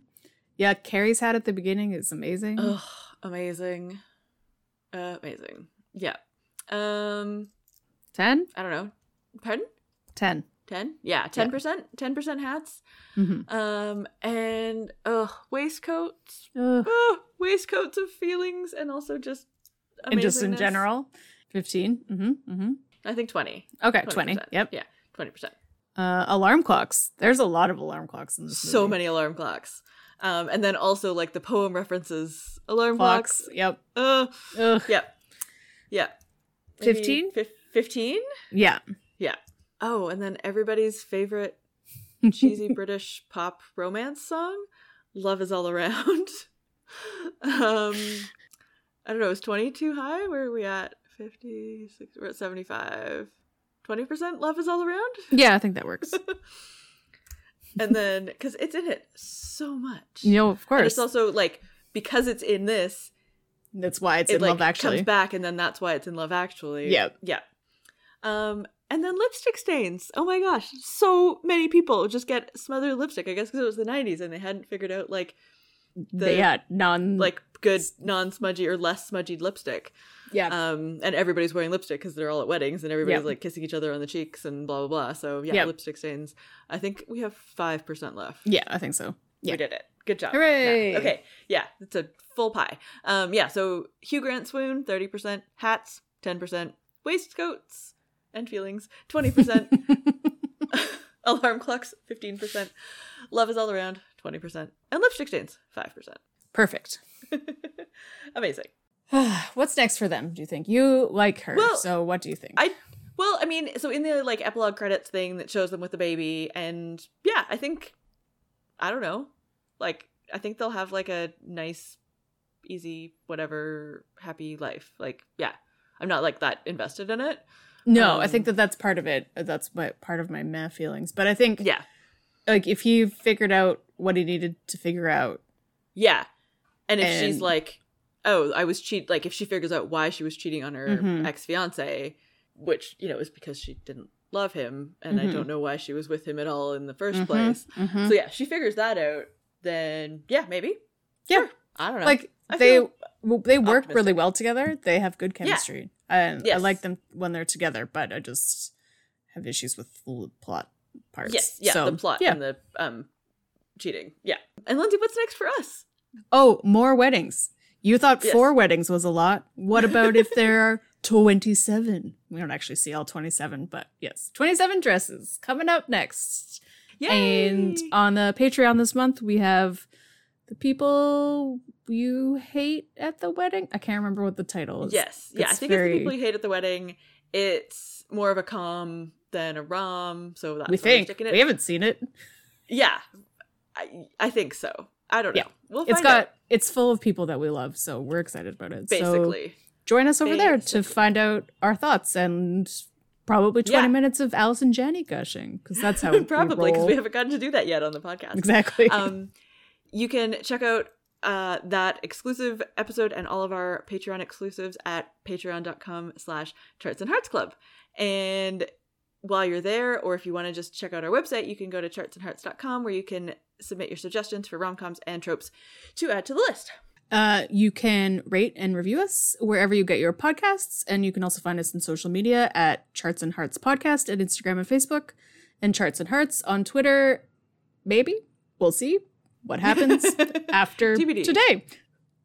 [SPEAKER 2] Yeah, Carrie's hat at the beginning is amazing.
[SPEAKER 1] Ugh, amazing. Uh, amazing. Yeah. Um,
[SPEAKER 2] 10?
[SPEAKER 1] I don't know. Pardon?
[SPEAKER 2] 10.
[SPEAKER 1] 10? Yeah, 10%, 10% hats.
[SPEAKER 2] Mhm.
[SPEAKER 1] Um, and ugh, waistcoats.
[SPEAKER 2] Ugh.
[SPEAKER 1] Ugh, waistcoats of feelings and also just
[SPEAKER 2] And just in
[SPEAKER 1] amazingness.
[SPEAKER 2] general, 15. hmm hmm
[SPEAKER 1] I think 20.
[SPEAKER 2] Okay, 20.
[SPEAKER 1] 20%.
[SPEAKER 2] Yep.
[SPEAKER 1] Yeah, 20%.
[SPEAKER 2] Uh, alarm clocks. There's a lot of alarm clocks in this movie.
[SPEAKER 1] So many alarm clocks. Um, and then also like the poem references alarm
[SPEAKER 2] clocks.
[SPEAKER 1] clocks.
[SPEAKER 2] Yep.
[SPEAKER 1] Uh,
[SPEAKER 2] Ugh.
[SPEAKER 1] yeah. Yeah. Maybe
[SPEAKER 2] 15?
[SPEAKER 1] fif- 15?
[SPEAKER 2] Yeah.
[SPEAKER 1] Oh, and then everybody's favorite cheesy British pop romance song, "Love Is All Around." um, I don't know. Is twenty too high? Where are we at? 50, 60, we're at seventy-five. Twenty percent. Love is all around,
[SPEAKER 2] yeah, I think that works.
[SPEAKER 1] and then because it's in it so much.
[SPEAKER 2] You know, of
[SPEAKER 1] And
[SPEAKER 2] course.
[SPEAKER 1] it's also like because it's in this,
[SPEAKER 2] That's why it's
[SPEAKER 1] it
[SPEAKER 2] in
[SPEAKER 1] like
[SPEAKER 2] Love Actually.
[SPEAKER 1] comes back, and then that's why it's in Love Actually.
[SPEAKER 2] Yeah.
[SPEAKER 1] yeah. Um, and then lipstick stains. Oh my gosh, so many people just get smothered lipstick. I guess because it was the '90s and they hadn't figured out like the-
[SPEAKER 2] yeah, non
[SPEAKER 1] like good non-smudgy or less smudgy lipstick.
[SPEAKER 2] yeah.
[SPEAKER 1] Um, and everybody's wearing lipstick because they're all at weddings and everybody's
[SPEAKER 2] Yep.
[SPEAKER 1] like kissing each other on the cheeks and blah blah blah. So yeah,
[SPEAKER 2] Yep.
[SPEAKER 1] lipstick stains. I think we have five percent left.
[SPEAKER 2] yeah, I think so. Yeah.
[SPEAKER 1] We did it. Good job.
[SPEAKER 2] Hooray!
[SPEAKER 1] Yeah. Okay. Yeah, it's a full pie. Um, yeah. So Hugh Grant swoon, thirty percent. Hats, ten percent. Waistcoats and feelings, twenty percent. Alarm clocks, fifteen percent. Love is all around, twenty percent. And lipstick stains, five percent.
[SPEAKER 2] Perfect.
[SPEAKER 1] Amazing.
[SPEAKER 2] What's next for them, do you think? You like her,
[SPEAKER 1] Well,
[SPEAKER 2] so what do you think?
[SPEAKER 1] I- Well, I mean, so in the like epilogue credits thing that shows them with the baby, and yeah, I think, I don't know, like I think they'll have like a nice, easy, whatever, happy life. Like, yeah, I'm not like that invested in it.
[SPEAKER 2] no, I
[SPEAKER 1] um,
[SPEAKER 2] think that that's part of it. Uh, That's my part of my meh feelings. But I think
[SPEAKER 1] Yeah,
[SPEAKER 2] like if he figured out what he needed to figure out,
[SPEAKER 1] yeah. And if
[SPEAKER 2] And-
[SPEAKER 1] she's like, oh, I was cheat, like if she figures out why she was cheating on her
[SPEAKER 2] Mhm.
[SPEAKER 1] ex fiance, which you know is because she didn't love him, and I
[SPEAKER 2] Mhm.
[SPEAKER 1] don't know why she was with him at all in the 1st
[SPEAKER 2] Mhm.
[SPEAKER 1] place.
[SPEAKER 2] Mhm.
[SPEAKER 1] So yeah, she figures that out. Then yeah, maybe.
[SPEAKER 2] Yeah.
[SPEAKER 1] Sure. I don't know.
[SPEAKER 2] like
[SPEAKER 1] I
[SPEAKER 2] they
[SPEAKER 1] feel
[SPEAKER 2] w they work
[SPEAKER 1] optimistic.
[SPEAKER 2] really well together. They have good chemistry, and I
[SPEAKER 1] Yes.
[SPEAKER 2] like them when they're together. But I just have issues with the plot parts.
[SPEAKER 1] yes, yeah,
[SPEAKER 2] So,
[SPEAKER 1] the plot
[SPEAKER 2] Yeah.
[SPEAKER 1] and the um cheating. Yeah. And Lindsay, what's next for us?
[SPEAKER 2] oh, more weddings. You thought
[SPEAKER 1] Yes.
[SPEAKER 2] four weddings was a lot. What about if there are twenty-seven? We don't actually see all twenty-seven, but yes, twenty-seven dresses coming up next.
[SPEAKER 1] Yay!
[SPEAKER 2] And on the Patreon this month, we have the people you hate at the wedding. I can't remember what the title is.
[SPEAKER 1] yes, yeah, I
[SPEAKER 2] it's
[SPEAKER 1] think
[SPEAKER 2] very-
[SPEAKER 1] it's the people you hate at the wedding. It's more of a calm than a rom, so that's
[SPEAKER 2] we
[SPEAKER 1] why we're
[SPEAKER 2] think
[SPEAKER 1] sticking it.
[SPEAKER 2] we haven't seen it.
[SPEAKER 1] yeah, I, I think so. I don't know.
[SPEAKER 2] Yeah.
[SPEAKER 1] We'll
[SPEAKER 2] It's
[SPEAKER 1] find
[SPEAKER 2] got
[SPEAKER 1] out.
[SPEAKER 2] it's full of people that we love, so we're excited about it. so
[SPEAKER 1] Basically,
[SPEAKER 2] join us over there to
[SPEAKER 1] Basically.
[SPEAKER 2] find out our thoughts and probably twenty
[SPEAKER 1] Yeah.
[SPEAKER 2] minutes of Alice and Jenny gushing because that's how
[SPEAKER 1] probably
[SPEAKER 2] because
[SPEAKER 1] because we haven't gotten to do that yet on the podcast.
[SPEAKER 2] exactly.
[SPEAKER 1] um, you can check out uh, that exclusive episode and all of our patreon exclusives at patreon.com slash charts and hearts club and while you're there or if you want to just check out our website you can go to chartsandhearts.com where you can submit your suggestions for rom-coms and tropes to add to the list
[SPEAKER 2] Uh, you can rate and review us wherever you get your podcasts, and you can also find us in social media at Charts and Hearts Podcast at Instagram and Facebook, and Charts and Hearts on Twitter. Maybe we'll see what happens after
[SPEAKER 1] TBD.
[SPEAKER 2] today.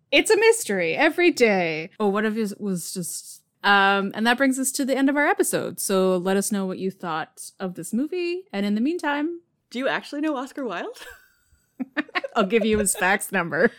[SPEAKER 2] It's a mystery every day. Oh, what if it was just. Um, and that brings us to the end of our episode. So let us know what you thought of this movie. And in the meantime,
[SPEAKER 1] do you actually know oscar wilde
[SPEAKER 2] I'll give you his fax number.